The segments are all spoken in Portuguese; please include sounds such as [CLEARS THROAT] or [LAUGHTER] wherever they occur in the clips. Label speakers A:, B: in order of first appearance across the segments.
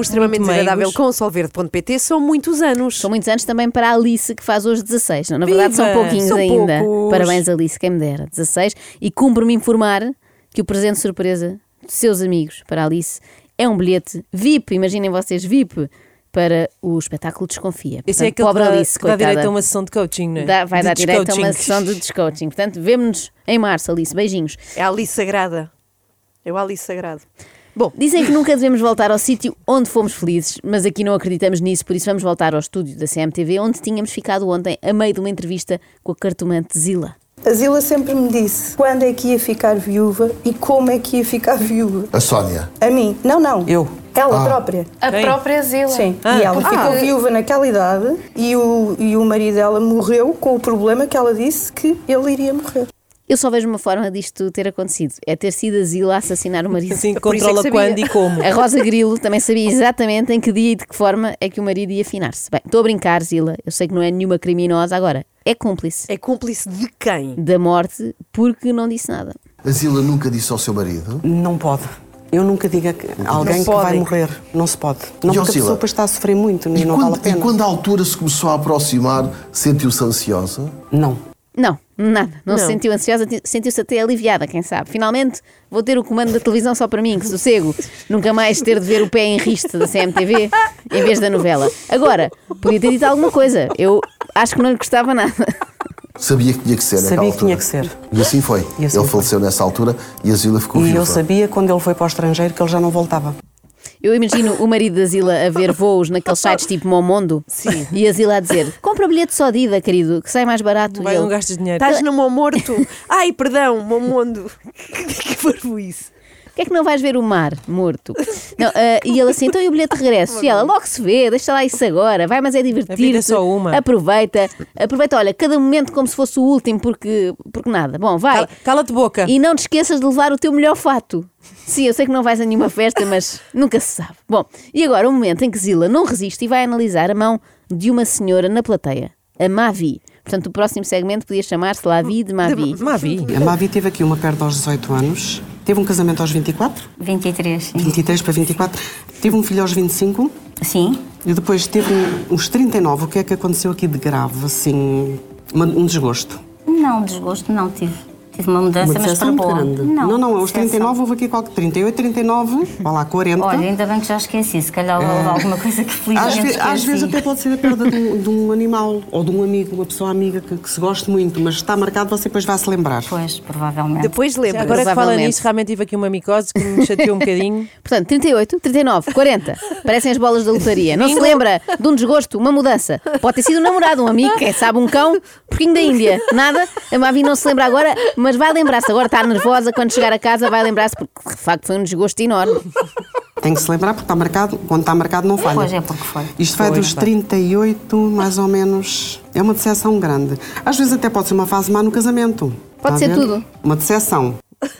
A: extremamente
B: Muito
A: desagradável
B: meigos.
A: com solverde.pt são muitos anos.
C: São muitos anos também para a Alice, que faz hoje 16. Não, na verdade, são
B: Viva!
C: pouquinhos
A: São
C: ainda.
A: poucos.
C: Parabéns, Alice, quem me dera. 16. E cumpro-me informar que o presente de surpresa de seus amigos para a Alice é um bilhete VIP. Imaginem vocês, VIP, para o espetáculo Desconfia.
B: Esse é aquele
C: Portanto, pobre
B: que dá,
C: Alice,
B: que dá
C: coitada.
B: direito a uma sessão de coaching, não é?
C: Dá- vai
B: De
C: dar direito a uma
B: descoaching.
C: sessão de descoaching. Portanto, vemo-nos em março, Alice. Beijinhos.
A: É a Alice Sagrada. É o Alice Sagrado.
C: Bom, dizem que nunca devemos voltar ao sítio onde fomos felizes, mas aqui não acreditamos nisso, por isso vamos voltar ao estúdio da CMTV, onde tínhamos ficado ontem, a meio de uma entrevista com a cartomante Zila.
D: A Zila sempre me disse quando é que ia ficar viúva e como é que ia ficar viúva.
E: A Sónia.
D: A mim, não, não.
B: Eu.
D: Ela
E: Ah.
D: própria.
F: A
B: Bem.
F: própria Zila.
D: Sim.
B: Ah.
D: E ela
B: Ah.
D: ficou viúva naquela idade e o, e o marido dela morreu com o problema que ela disse que ele iria morrer.
C: Eu só vejo uma forma disto ter acontecido, é ter sido a Zila a assassinar o marido. [LAUGHS]
B: Sim,
A: Por isso é que
B: controla
A: sabia.
B: quando e como.
C: A Rosa Grilo também sabia exatamente em que dia e de que forma é que o marido ia afinar-se. Bem, estou a brincar, Zila, eu sei que não é nenhuma criminosa, agora é cúmplice
A: É cúmplice de quem?
C: da morte porque não disse nada.
E: A Zila nunca disse ao seu marido.
G: Não pode. Eu nunca digo a que- a alguém
A: se
G: que
A: pode.
G: vai morrer. Não se pode. Não
E: E,
G: porque a
E: Alcila,
G: pessoa depois está a sofrer muito e,
E: e,
G: não
E: quando,
G: vale a pena.
E: e quando a altura se começou a aproximar, sentiu-se ansiosa?
G: Não.
C: Não, nada. Não, se
A: Não.
C: sentiu ansiosa, ti- sentiu-se até aliviada, quem sabe. Finalmente vou ter o comando da televisão só para mim, que sossego. Nunca mais ter de ver o pé em riste da CMTV em vez da novela. Agora, podia ter dito alguma coisa. Eu acho que não lhe gostava nada.
E: Sabia que tinha que ser naquela
G: Sabia que tinha
E: altura.
G: que ser.
E: E assim foi.
G: E assim
E: ele
G: foi.
E: faleceu nessa altura e a Zila ficou
G: E
E: viúva.
G: eu sabia quando ele foi para o estrangeiro que ele já não voltava.
C: Eu imagino o marido da Zila a ver voos naqueles sites tipo Momondo Sim. e a Zila a dizer: compra bilhete só de ida, querido, que sai mais barato.
B: Vai,
A: um
C: E ele,
B: não gastas dinheiro.
A: Estás no meu
C: [LAUGHS]
A: morto? Ai, perdão, meu mundo. [LAUGHS] que farvo isso?
C: Porquê é que não vais ver o mar morto? Não,
B: [LAUGHS]
C: ah, e ele assim, então e o bilhete de regresso? E ela, logo se vê, deixa lá isso agora, vai, mas é divertir.
B: A vida é só uma.
C: Aproveita, aproveita, olha, cada momento como se fosse o último, porque, porque nada. Bom, vai.
B: Cala- Cala-te boca.
C: E não te esqueças de levar o teu melhor fato. Sim, eu sei que não vais a nenhuma festa, mas nunca se sabe. Bom, e agora o momento em que Zila não resiste e vai analisar a mão de uma senhora na plateia, a Mavi. Portanto, o próximo segmento podia chamar-se Lavi de Mavi.
B: Mavi.
G: A Mavi teve aqui uma perda aos 18 anos. Teve um casamento aos 24.
H: 23, sim.
G: 23 para 24. Teve um filho aos 25.
H: Sim.
G: E depois teve um- uns 39. O que é que aconteceu aqui de grave? Assim, uma- um desgosto.
H: Não, desgosto não tive. Tive uma mudança,
G: Uma
H: mas para
G: decepção muito
H: boa.
G: grande.
H: Não,
G: não, não aos
H: decepção.
G: 39 houve aqui qualquer 38, 39, vai lá, 40.
H: Olha, ainda bem que já esqueci. Se calhar houve alguma coisa que
G: Ah. Às,
H: felizmente
G: ve-
H: esqueci.
G: às vezes até pode ser a perda de um, de um animal ou de um amigo, uma pessoa amiga que, que se goste muito, mas está marcado, você depois vai se lembrar.
H: Pois, provavelmente.
A: Depois lembra.
B: Agora que fala
C: Provavelmente.
B: nisso, realmente tive aqui uma micose que me
C: [LAUGHS]
B: chateou um bocadinho.
C: Portanto, 38, 39, 40. Parecem as bolas da lotaria. Não se lembra de um desgosto, uma mudança. Pode ter sido um namorado, um amigo, quem sabe um cão, porquinho da Índia. Nada. A Mavi não se lembra agora, mas vai lembrar-se. Agora está nervosa. Quando chegar a casa, vai lembrar-se, porque de facto foi um desgosto enorme.
G: Tem que se lembrar porque está marcado, quando está marcado não falha.
H: Pois é, porque foi.
G: Isto vai dos 38, mais ou menos. É uma decepção grande. Às vezes até pode ser uma fase má no casamento.
C: Pode
G: Está a
C: ser
G: ver?
C: tudo.
G: Uma decepção.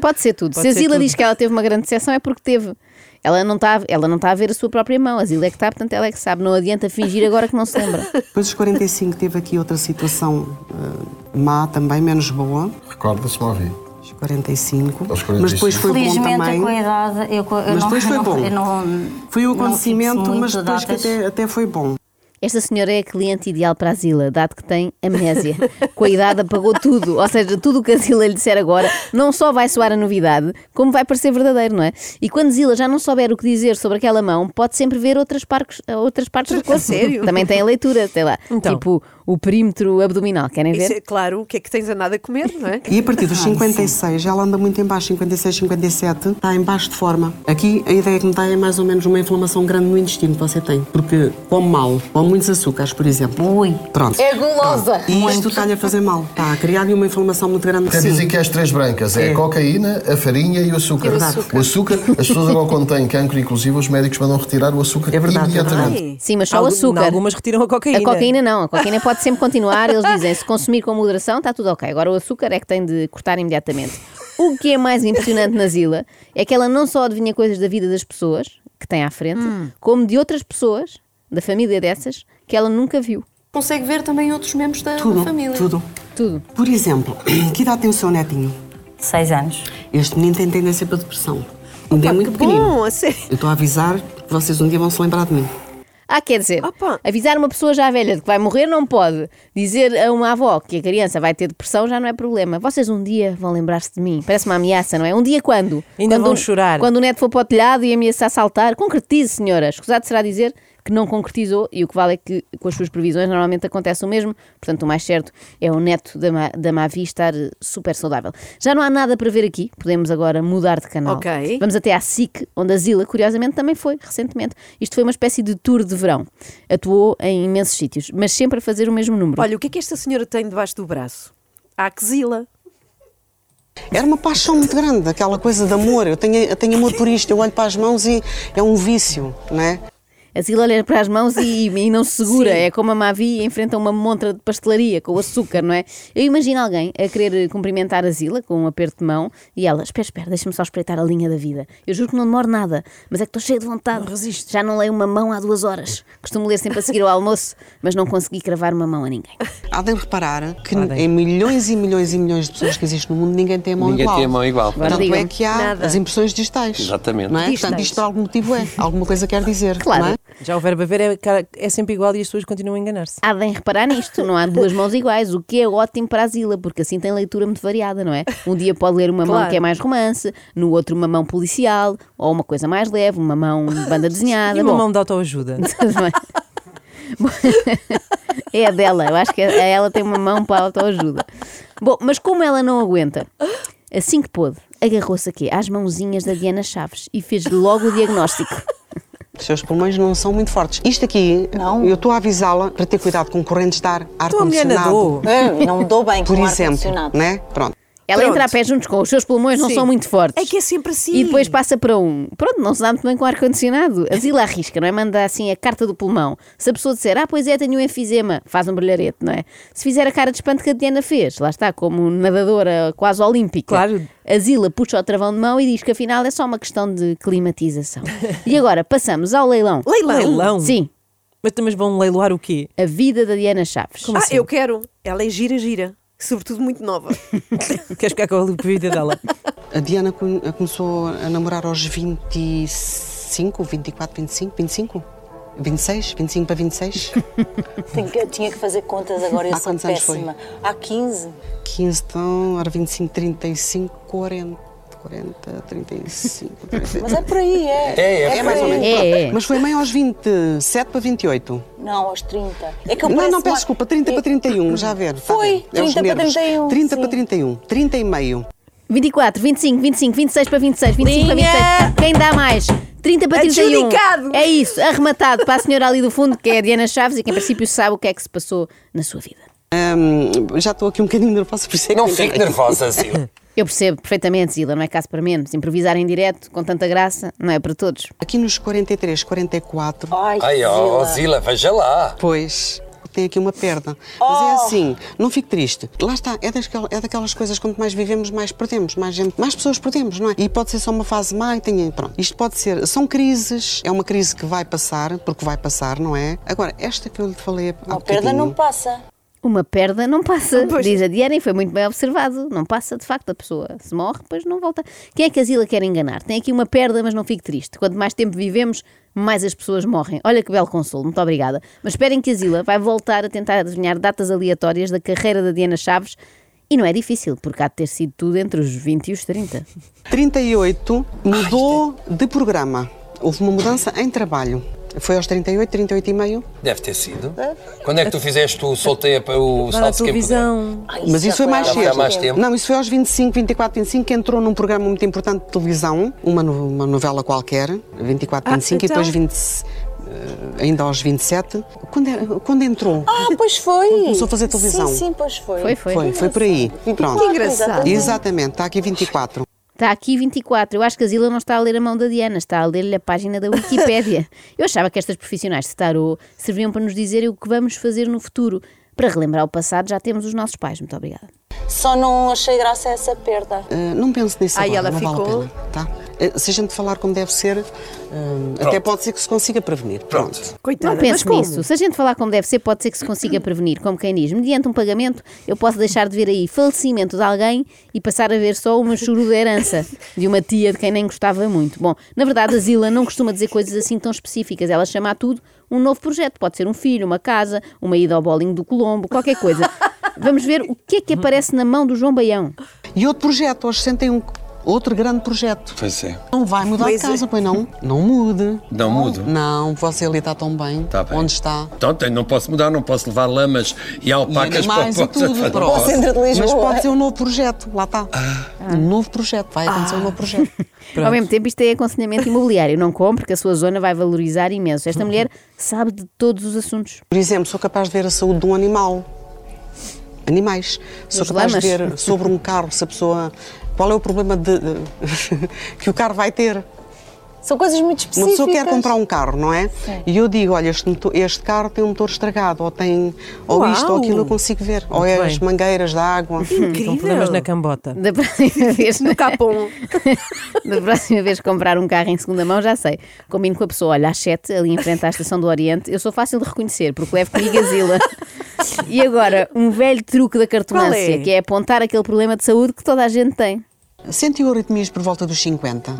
C: Pode ser tudo.
B: Pode
C: Se a
B: ser
C: Zila
B: tudo.
C: diz que ela teve uma grande decepção, é porque teve. Ela não está ela não está a ver a sua própria mão. A Zila é que está, portanto ela é que sabe. Não adianta fingir agora que não se lembra.
G: Depois dos 45 teve aqui outra situação eh, má também, menos boa.
E: Recorda-se, Mavi.
G: Aos 45.
E: Aos
G: Mas depois
E: 45.
G: foi bom
H: Felizmente,
G: também.
H: com a idade, eu, co- eu
G: Mas
H: não,
G: depois foi
H: não-
G: bom.
H: [LAUGHS] eu não-
G: Foi o
H: não fixo
G: acontecimento,
H: muito
G: mas depois que
H: datas.
G: até, até foi bom.
C: Esta senhora é a cliente ideal para a Zila, dado que tem amnésia. Com a idade apagou tudo, ou seja, tudo o que a Zila lhe disser agora não só vai soar a novidade, como vai parecer verdadeiro, não é? E quando Zila já não souber o que dizer sobre aquela mão, pode sempre ver outras, parques, outras partes do corpo.
A: sério?
C: Também tem a leitura, sei lá,
B: Então.
C: tipo o perímetro abdominal, querem ver?
A: Isso é claro, o que é que tens a nada a comer, não é?
G: E a partir
H: Ah,
G: dos 56, ela anda muito em baixo, 56, 57, está em baixo de forma. Aqui a ideia que me dá é mais ou menos uma inflamação grande no intestino que você tem, porque come mal, come muitos açúcares, por exemplo.
H: Ui.
G: Pronto.
C: É gulosa.
G: E isto está-lhe a fazer mal. Está a criar-lhe uma inflamação muito grande.
E: Quer
G: Sim.
E: É dizer que as três brancas é a cocaína, a farinha e o açúcar.
G: É verdade.
E: O açúcar, as pessoas agora quando têm cancro, inclusive, os médicos mandam retirar o açúcar
G: É verdade, é
E: imediatamente.
A: Ai,
C: Sim, mas só o
B: Algu-
C: açúcar.
B: Algumas retiram a cocaína.
C: A cocaína não, a cocaína pode sempre continuar. Eles dizem, se consumir com moderação, está tudo ok. Agora o açúcar é que tem de cortar imediatamente. O que é mais impressionante na Zila é que ela não só adivinha coisas da vida das pessoas que tem à frente,
B: Hum.
C: como de outras pessoas, da família dessas, que ela nunca viu.
F: Consegue ver também outros membros da, da
G: tudo,
F: família.
G: tudo.
C: Tudo.
G: Por exemplo, [CLEARS THROAT] que idade tem o seu netinho?
H: Seis anos.
G: Este menino tem tendência para depressão. Ainda é muito
A: que
G: pequenino.
A: bom, a sério.
G: Eu estou a avisar Vocês um dia vão se lembrar de mim.
C: Ah, quer dizer,
A: Opa.
C: avisar uma pessoa já velha de que vai morrer não pode. Dizer a uma avó que a criança vai ter depressão já não é problema. Vocês um dia vão lembrar-se de mim. Parece uma ameaça, não é? Um dia quando?
B: Ainda
C: quando
B: vão
C: o-
B: chorar.
C: Quando o neto for para o telhado e ameaçar saltar. Concretize, senhora. Escusado será dizer que não concretizou e o que vale é que com as suas previsões normalmente acontece o mesmo. Portanto, o mais certo é o neto da, Ma- da Mavi estar eh, super saudável. Já não há nada para ver aqui. Podemos agora mudar de canal.
A: Ok.
C: Vamos até à SIC, onde a Zila, curiosamente, também foi recentemente. Isto foi uma espécie de tour de verão. Atuou em imensos sítios, mas sempre a fazer o mesmo
A: [LAUGHS]
C: número.
A: Olha, o que é que esta senhora tem debaixo do braço? A axila.
G: Era uma paixão muito grande, aquela coisa de amor. Eu tenho, eu tenho amor por isto, eu olho para as mãos e é um vício, não é?
C: A Zila olha para as mãos e, e não se segura. É como a Mavi enfrenta uma montra de pastelaria com açúcar, não é? Eu imagino alguém a querer cumprimentar a Zila com um aperto de mão e ela, espera, espera, deixa-me só espreitar a linha da vida. Eu juro que não demoro nada, mas é que estou cheia de vontade. Não resisto. Já não leio uma mão há duas horas. Costumo ler sempre a seguir ao almoço, mas não consegui cravar uma mão a ninguém.
G: Há de reparar que em milhões e milhões e milhões de pessoas que existem no mundo, ninguém tem a mão
I: Ninguém
G: igual.
I: tem a mão igual.
C: Agora
G: Tanto é
C: digam-me,
G: que há
A: nada.
G: as impressões distais.
I: Exatamente.
G: Não é? Portanto,
A: Distais.
G: isto por algum motivo é. Alguma coisa quer dizer.
C: Claro.
G: Não é?
B: Já o verbo haver é, cara, é sempre igual e as pessoas continuam a enganar-se.
C: Há de reparar nisto, não há duas mãos iguais, o que é ótimo para a Zila, porque assim tem leitura muito variada, não é? Um dia pode ler uma mão
A: Claro.
C: que é mais romance, no outro uma mão policial, ou uma coisa mais leve, uma mão de
A: [LAUGHS]
C: banda desenhada.
B: E uma
C: Bom, [LAUGHS]
B: mão de autoajuda. [LAUGHS]
C: também. Bom, é a dela, eu acho que é- ela tem uma mão para a autoajuda. Bom, mas como ela não aguenta, assim que pôde, agarrou-se aqui às mãozinhas da Diana Chaves e fez logo o diagnóstico.
G: Os seus pulmões não são muito fortes. Isto aqui, eu estou a avisá-la para ter cuidado com correntes de ar,
B: Tua Então mulher nadou.
G: ar-condicionado.
H: Eu não me dou bem
G: Por
H: com
G: exemplo,
H: ar-condicionado.
G: né? Pronto.
C: Ela
A: Pronto.
C: entra a pé juntos com os seus pulmões, não
A: Sim.
C: são muito fortes.
A: É que é sempre assim.
C: E depois passa para um. Pronto, não se dá muito bem com ar-condicionado. A Zila arrisca, não é? Manda assim a carta do pulmão. Se a pessoa disser, ah, pois é, tenho um enfisema, faz um brilharete, não é? Se fizer a cara de espanto que a Diana fez, lá está, como nadadora quase olímpica.
B: Claro.
C: A Zila puxa o travão de mão e diz que afinal é só uma questão de climatização. e agora passamos ao leilão.
A: Leilão.
B: Leilão.
C: Sim,
B: Mas também vão leiloar o quê?
C: a vida da Diana Chaves.
A: Ah,
B: assim?
A: eu quero. Ela é gira, gira. Sobretudo muito nova.
B: Queres ficar com a vida
I: [LAUGHS]
B: dela?
G: A Diana co- começou a namorar aos 25, 24, 25, 25? 26? 25 para
H: [LAUGHS]
G: 26?
H: Tenho que- Eu tinha que fazer contas agora, eu
G: Há
H: sou
G: quantos anos foi?
H: péssima. Há 15.
G: 15, então, era 25, 35, 40. 40,
H: [LAUGHS]
G: 35, 30.
H: Mas é por aí, é.
I: É, é,
G: É mais ou menos.
C: É,
G: pronto.
C: é.
G: Mas foi meio aos 27 para 28.
H: Não, aos 30. É que eu
G: Não,
H: pareço
G: não, peço
H: uma-
G: desculpa, 30 para 31, já a ver. está a
H: Foi,
G: ver, é os
H: 30 para
G: nervos.
H: 31,
G: 30
H: sim.
G: para 31, 30 e meio.
C: 24, 25, 25, 26 para 26, 25 para
B: Linha!
C: 26. Quem dá mais? 30 para 31.
A: Adjudicado!
C: É isso, arrematado para a senhora ali do fundo, que é a Diana Chaves e que em princípio sabe o que é que se passou na sua vida.
G: Hum, já estou aqui um bocadinho nervosa, por isso é que
I: Não
G: me
I: fique
G: enganei.
I: nervosa, Zila.
C: Eu percebo perfeitamente, Zila, não é caso para menos. Improvisar em direto, com tanta graça, não é para todos.
G: Aqui nos 43, 44,
H: [LAUGHS] Ai,
I: Ai,
H: Zila.
I: ó, Zila, veja lá.
G: pois tem aqui uma perda.
H: Oh.
G: Mas é assim, não fique triste. Lá está, é, dasquel- é daquelas coisas quanto mais vivemos, mais perdemos, mais, gente- mais pessoas perdemos, não é? E pode ser só uma fase má e tem, pronto. Isto pode ser, são crises, é uma crise que vai passar, porque vai passar, não é? Agora, esta que eu lhe falei há
H: Uma perda não
G: bocadinho,
H: passa.
C: Uma perda não passa,
A: Pois.
C: diz a Diana, e foi muito bem observado. Não passa, de facto, a pessoa se morre, depois não volta. Quem é que a Zila quer enganar? Tem aqui uma perda, mas não fique triste. Quanto mais tempo vivemos, mais as pessoas morrem. Olha que belo consolo, muito obrigada. Mas esperem que a Zila vai voltar a tentar adivinhar datas aleatórias da carreira da Diana Chaves. E não é difícil, porque há de ter sido tudo entre os 20 e os 30.
G: 38 mudou
H: é-
G: de programa. Houve uma mudança em trabalho. Foi aos 38, 38 e meio.
I: Deve ter sido. Quando é que tu fizeste o soltei a- o
B: Vai na
I: salto quem puder?
B: televisão.
H: Ai,
G: Mas
H: já
G: isso foi mais
H: há
G: cedo.
I: há mais tempo.
G: Não, isso foi aos 25, 24, 25, que entrou num programa muito importante de televisão, uma, no- uma novela qualquer, 24, 25,
A: então?
G: e depois 20, eh, ainda aos 27. Quando, é- quando entrou?
H: Ah, pois foi.
G: Começou a fazer televisão.
H: Sim, sim, pois foi.
C: Foi, foi.
G: foi, foi por aí. Pronto.
A: Que engraçado.
G: Exatamente, está aqui 24.
C: Está Tá aqui 24. Eu acho que a Zila não está a ler a mão da Diana, está a ler-lhe a página da Wikipédia. Eu achava que estas profissionais de tarô serviam para nos dizer o que vamos fazer no futuro. Para relembrar o passado, já temos os nossos pais. Muito obrigada.
H: Só não achei graça a essa perda.
G: Eh, não pense nisso
A: Ai,
G: agora,
A: ela
G: não
A: ficou.
G: vale a pena. Tá? Eh, se a gente falar como deve ser, eh, até pode ser que se consiga prevenir. Pronto.
A: Coitada,
C: Não
A: mas
C: pense
A: como?
C: nisso. Se a gente falar como deve ser, pode ser que se consiga prevenir, como quem diz. Mediante um pagamento, eu posso deixar de ver aí falecimento de alguém e passar a ver só uma churu da herança de uma tia de quem nem gostava muito. Bom, na verdade, a Zila não costuma dizer coisas assim tão específicas. Ela chama a tudo um novo projeto. Pode ser um filho, uma casa, uma ida ao bolinho do Colombo, qualquer coisa. Vamos ver o que é que aparece na mão do João Baião.
G: E outro projeto, aos 61. Outro grande projeto.
I: Pois é.
G: Não vai mudar
A: Pois
G: de
A: é.
G: casa, pois não? Não mude.
I: Não mudo.
G: Não, você ali está tão bem.
I: Tá bem.
G: Onde está?
I: Então tem- não posso mudar, não posso levar lamas e
G: E
I: alpacas
G: animais e
I: para
G: tudo.
I: para-
G: pronto.
H: centro de
G: Mas
H: Lisboa.
G: pode ser um novo projeto. Lá está.
I: Ah.
G: Um novo projeto. Vai
H: Ah.
G: acontecer um novo projeto.
C: Ao mesmo tempo, isto é aconselhamento imobiliário. Não compre, que a sua zona vai valorizar
A: [LAUGHS]
C: imenso. Esta mulher sabe de todos os assuntos.
G: Por exemplo, sou capaz de ver a saúde de um animal. Animais. Sou
C: Dos
G: capaz de
C: lamas.
G: ver sobre um carro se a pessoa. Qual é o problema de, [LAUGHS] de- que o carro vai ter?
H: São coisas muito
G: Uma
H: específicas.
G: pessoa quer comprar um carro, não é? E eu digo, olha, este, motor- este carro tem um motor estragado, ou tem ou isto ou aquilo, eu consigo ver. ou é
B: bem.
G: as mangueiras da água.
H: Uhum.
B: São
A: Incrível.
B: Hum, problemas na cambota.
C: [LAUGHS] Da próxima vez.
A: No Capão.
C: [LAUGHS] da próxima vez que comprar um carro em segunda mão, já sei. Combino com a pessoa, olha, às 7, ali em frente à Estação do Oriente, eu sou fácil de reconhecer, porque levo comigo a Zila. E agora, um velho truque da cartomância,
A: Qual é?
C: que é apontar aquele problema de saúde que toda a gente tem.
G: Sentiu arritmias por volta dos 50,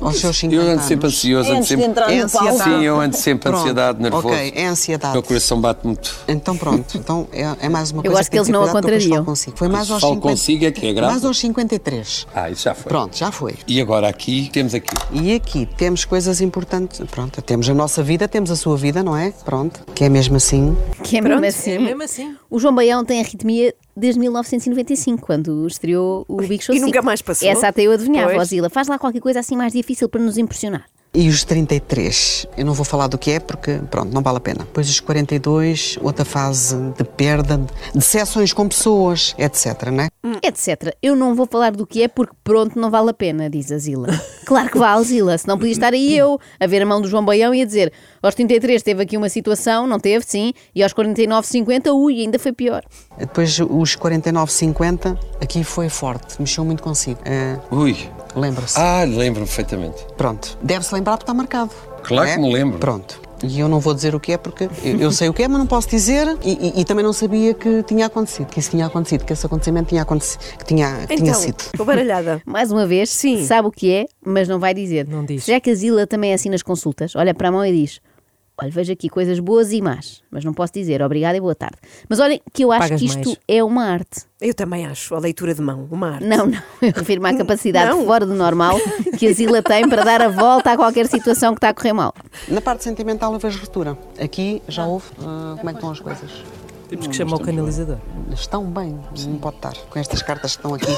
G: aos seus 50
I: Eu ando
G: anos.
I: sempre ansioso, ando
H: Antes de
I: sempre.
H: entrar
G: É
H: no palco.
G: ansiedade.
I: Sim, eu ando sempre
G: Pronto.
I: ansiedade, nervoso.
G: Ok, é ansiedade.
I: Meu coração bate muito.
G: Então
I: [LAUGHS]
G: pronto, então é, é mais uma
C: Eu
G: coisa
C: gosto que
G: tem
C: eles não a
G: cuidar, porque eu depois falo
C: contrariam.
G: Consigo. Foi mais aos
I: Falo
G: 50,
I: consigo é que é grave.
G: Mais aos 53.
I: Ah, isso já foi.
G: Pronto, já foi.
I: E agora aqui temos aqui.
G: E aqui temos coisas importantes. Pronto, temos a nossa vida, temos a sua vida, não é? Pronto, que é mesmo assim.
C: Que é mesmo assim.
B: assim.
C: O João Baião tem arritmia desde 1995, quando estreou o Big Show
A: E
C: 5.
A: nunca mais passou?
C: Essa até eu adivinhava,
A: Pois.
C: Osila. Faz lá qualquer coisa assim mais difícil para nos impressionar.
G: E os 33, eu não vou falar do que é porque, pronto, não vale a pena. Depois os 42, outra fase de perda, de sessões com pessoas, etc, né?
C: etc. Eu não vou falar do que é porque pronto, não vale a pena, diz a Zila. Claro que vale, Zila, senão podia estar aí eu a ver a mão do João Baião e a dizer aos 33 teve aqui uma situação, não teve, sim, e aos 49, 50, ui, ainda foi pior.
G: Depois os 49, 50, aqui foi forte, mexeu muito consigo. Eh,
I: Ui.
G: Lembra-se.
I: Ah, lembro-me perfeitamente.
G: Pronto. Deve-se lembrar porque está marcado.
I: Claro
G: né?
I: que me lembro.
G: Pronto. E eu não vou dizer o que é porque eu, eu sei o que é, mas não posso dizer. E, e- e também não sabia que tinha acontecido, que isso tinha acontecido, que esse acontecimento tinha acontecido, que tinha, que tinha
A: Então,
G: sido.
A: estou baralhada.
C: Mais uma vez,
A: Sim.
C: sabe o que é, mas não vai dizer.
B: Não diz.
C: Será que a Zila também é assim nas consultas? Olha para a mão e diz: Olha, vejo aqui coisas boas e más, mas não posso dizer obrigada e boa tarde. Mas olhem, que eu acho
B: Pagas
C: que isto
B: mais.
C: é uma arte.
A: Eu também acho, a leitura de mão, uma arte.
C: Não, [LAUGHS] não. Eu refiro-me à capacidade
A: Não.
C: fora do normal que a Zila tem para dar a volta a qualquer situação que está a correr mal.
G: Na parte sentimental eu vejo ruptura. Aqui já houve ah, como é que estão as coisas.
B: Temos que chamar o canalizador.
G: Estão bem, não pode estar. Com estas cartas que estão aqui.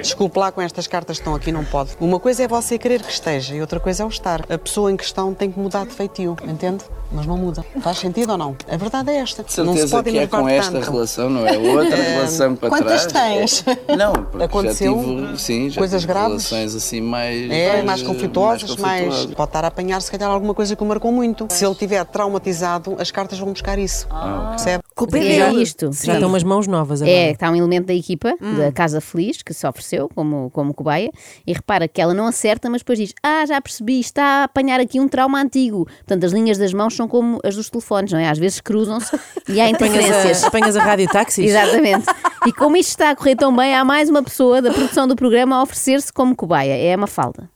G: Desculpe lá, com estas cartas que estão aqui, não pode. Uma coisa é você querer que esteja e outra coisa é o estar. A pessoa em questão tem que mudar de feitio, entende? Mas não muda. Faz sentido ou não? A verdade é esta.
J: De
G: não se
J: certeza
G: pode
J: que é
G: enervar
J: com esta
G: tanto.
J: relação, não é outra
G: [LAUGHS]
J: relação para
H: quantas
J: trás. tens? Não, porque
G: Aconteceu
J: já tive, sim, já
G: coisas
J: tive
G: graves?
J: relações assim mais...
G: É, mais
J: eh,
G: conflituosas, mais,
J: conflituosas.
G: Pode estar a apanhar, se calhar, alguma coisa que o marcou muito. Se ele estiver traumatizado, as cartas vão buscar isso.
J: Ah,
G: Percebe?
A: Culpa é
C: E é
A: dele.
C: isto.
B: Já estão umas mãos novas agora.
C: É, está um elemento da equipa, da Casa Feliz, que se ofereceu como, como cobaia, e repara que ela não acerta, mas depois diz: Ah, já percebi, está a apanhar aqui um trauma antigo. Portanto, as linhas das mãos são como as dos telefones, não é? Às vezes cruzam-se e há
B: Apanhas
C: interferências.
B: a, apanhas a rádio táxis?
C: Exatamente. E como isto está a correr tão bem, há mais uma pessoa da produção do programa a oferecer-se como cobaia. É a Mafalda.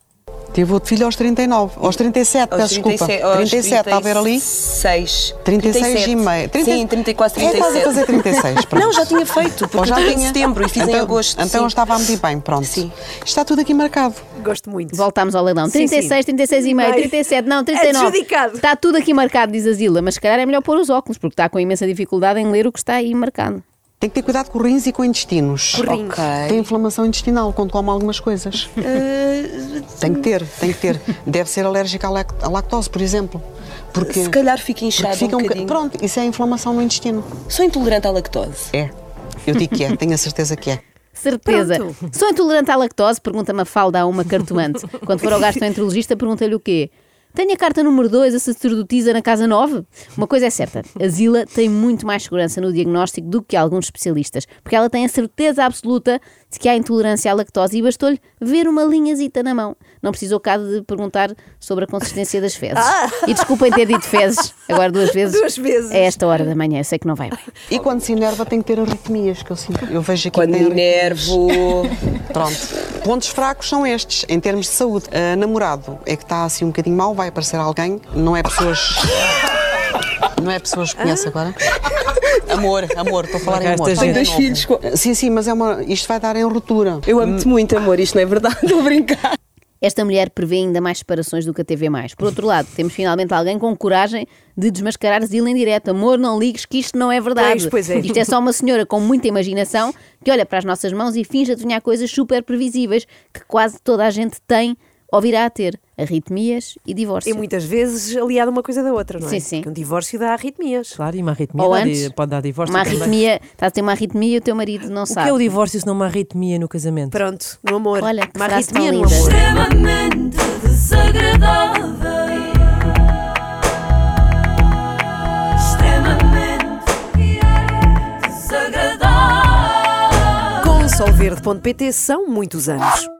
G: Teve outro filho aos 39, aos 37, peço desculpa. 37, está a ver ali?
H: 36.
G: 36 e meio. 30
H: Sim, 34, 36.
G: É quase a fazer
H: [LAUGHS]
G: 36, pronto.
H: Não, já tinha feito,
G: Ou
H: porque
G: já
H: eu tenho em
G: tinha?
H: setembro e fiz
G: então,
H: em agosto.
G: Então eu
H: sim.
G: estava a medir bem, pronto.
H: Sim.
G: Está tudo aqui marcado.
A: Gosto muito.
C: Voltámos ao leilão.
A: Sim,
C: 36,
A: sim.
C: 36 e meio,
A: Meio.
C: 37, não, 39.
A: Adjudicado.
C: Está tudo aqui marcado, diz a Zila, mas se calhar é melhor pôr os óculos, porque está com imensa dificuldade em ler o que está aí marcado.
G: Tem que ter cuidado com rins e com intestinos.
A: Corrinho.
G: Tem inflamação intestinal quando come algumas
H: [LAUGHS]
G: coisas. Eh, tem que ter, tem que ter. Deve ser alérgica à lac- à lactose, por exemplo. Porque,
H: Se calhar fica
G: porque
H: inchado
G: fica
H: um
G: um ca-
H: bocadinho.
G: Pronto, isso é inflamação no intestino.
H: Sou intolerante à lactose.
G: É. Eu digo que é, tenho a certeza que é.
C: Certeza.
A: [LAUGHS]
C: Sou intolerante à lactose? Pergunta-me a falda a uma cartomante. Quando for ao gastroenterologista, pergunta-lhe o quê? Tenho a carta número 2, a sacerdotisa na casa 9. Uma coisa é certa, a Zila tem muito mais segurança no diagnóstico do que alguns especialistas, porque ela tem a certeza absoluta de que há intolerância à lactose e bastou-lhe ver uma linhazita na mão. Não precisou cá de perguntar sobre a consistência das fezes. E desculpem ter dito fezes,
A: [LAUGHS]
C: agora duas vezes.
A: Ah! Duas vezes.
C: É esta hora da manhã, eu sei que não vai bem.
G: E quando se enerva tem que ter arritmias, que eu sinto. Eu vejo aqui
H: Quando
G: que
H: me
G: tem arritmias.
H: enervo.
G: [LAUGHS] Pronto. Pontos fracos são estes, em termos de saúde. Ah, namorado é que está assim um bocadinho mal, vai aparecer alguém. Não é pessoas. Não é pessoas que conheço agora. Amor, amor, estou a falar em amor.
B: Esta
H: Tenho dois filhos. com-
G: Sim, sim, mas é uma, isto vai dar em ruptura.
H: Eu amo-te muito, amor, isto não é verdade, [LAUGHS] estou a brincar.
C: Esta mulher prevê ainda mais separações do que a TV. Por outro lado, temos finalmente alguém com coragem de desmascarar Zila em direto. Amor, não ligues que isto não é verdade.
A: Pois, pois é.
C: Isto é só uma senhora com muita imaginação que olha para as nossas mãos e finge adivinhar coisas super previsíveis que quase toda a gente tem ou virá a ter. Arritmias e divórcio.
A: E muitas vezes aliada uma coisa da outra, não é?
C: Sim, sim.
A: Porque um divórcio dá arritmias.
B: Claro, e uma arritmia
C: Ou
B: dá
C: antes,
B: di- pode dar divórcio
C: uma
B: também.
C: arritmia, estás a ter uma arritmia e o teu marido não
B: O
C: sabe.
B: que é o divórcio se não uma arritmia no casamento?
A: Pronto, no amor.
C: Olha, que
A: uma
C: frase tão
A: arritmia no
C: linda.
A: amor.
F: Extremamente desagradável. Extremamente desagradável.
A: Com solverde.pt são muitos anos.